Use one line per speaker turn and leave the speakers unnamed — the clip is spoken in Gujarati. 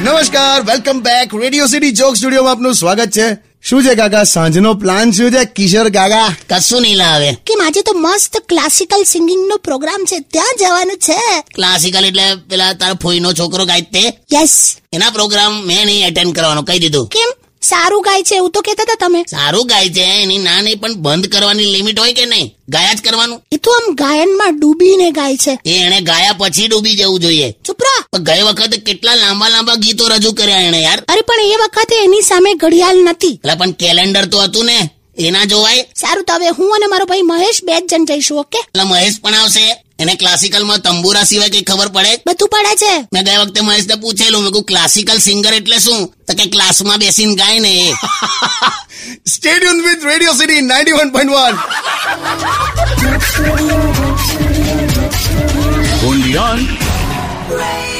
નમસ્કાર વેલકમ બેક રેડિયો સિટી જોક સ્ટુડિયોમાં આપનું સ્વાગત છે શું છે કાકા સાંજનો પ્લાન શું છે કિશોર કાકા
કશું નહીં લાવે
કેમ આજે તો મસ્ત ક્લાસિકલ સિંગિંગ નો પ્રોગ્રામ છે ત્યાં જવાનું છે
ક્લાસિકલ એટલે પેલા તારા ફોઈનો છોકરો ગાય તે
યસ
એના પ્રોગ્રામ મેં નહીં અટેન્ડ કરવાનો કહી દીધું
કેમ સારું ગાય છે એવું તો કહેતા હતા તમે
સારું ગાય છે એની ના નહીં પણ બંધ કરવાની લિમિટ હોય કે નહીં ગાયા જ કરવાનું
એ તો આમ ગાયનમાં ડૂબીને ગાય છે
એ એણે ગાયા પછી ડૂબી જવું જોઈએ
ચૂપ રહો
પણ ગઈ વખતે કેટલા લાંબા લાંબા ગીતો રજૂ કર્યા એણે યાર
અરે પણ એ વખતે એની સામે ઘડિયાળ નથી
એટલે પણ કેલેન્ડર તો હતું ને એના જોવાય
સારું તો હવે હું અને મારો ભાઈ મહેશ બે જ જણ જઈશું ઓકે
એટલે મહેશ પણ આવશે એને ક્લાસિકલમાં તંબુરા સિવાય કઈ ખબર પડે
બધું પડે છે
મેં ગયા વખતે મહેશને પૂછેલું મેં કહ્યું ક્લાસિકલ સિંગર એટલે શું તો કે ક્લાસમાં બેસીને ગાય ને એ
stadium with radio city ninety one point one
only on
Radio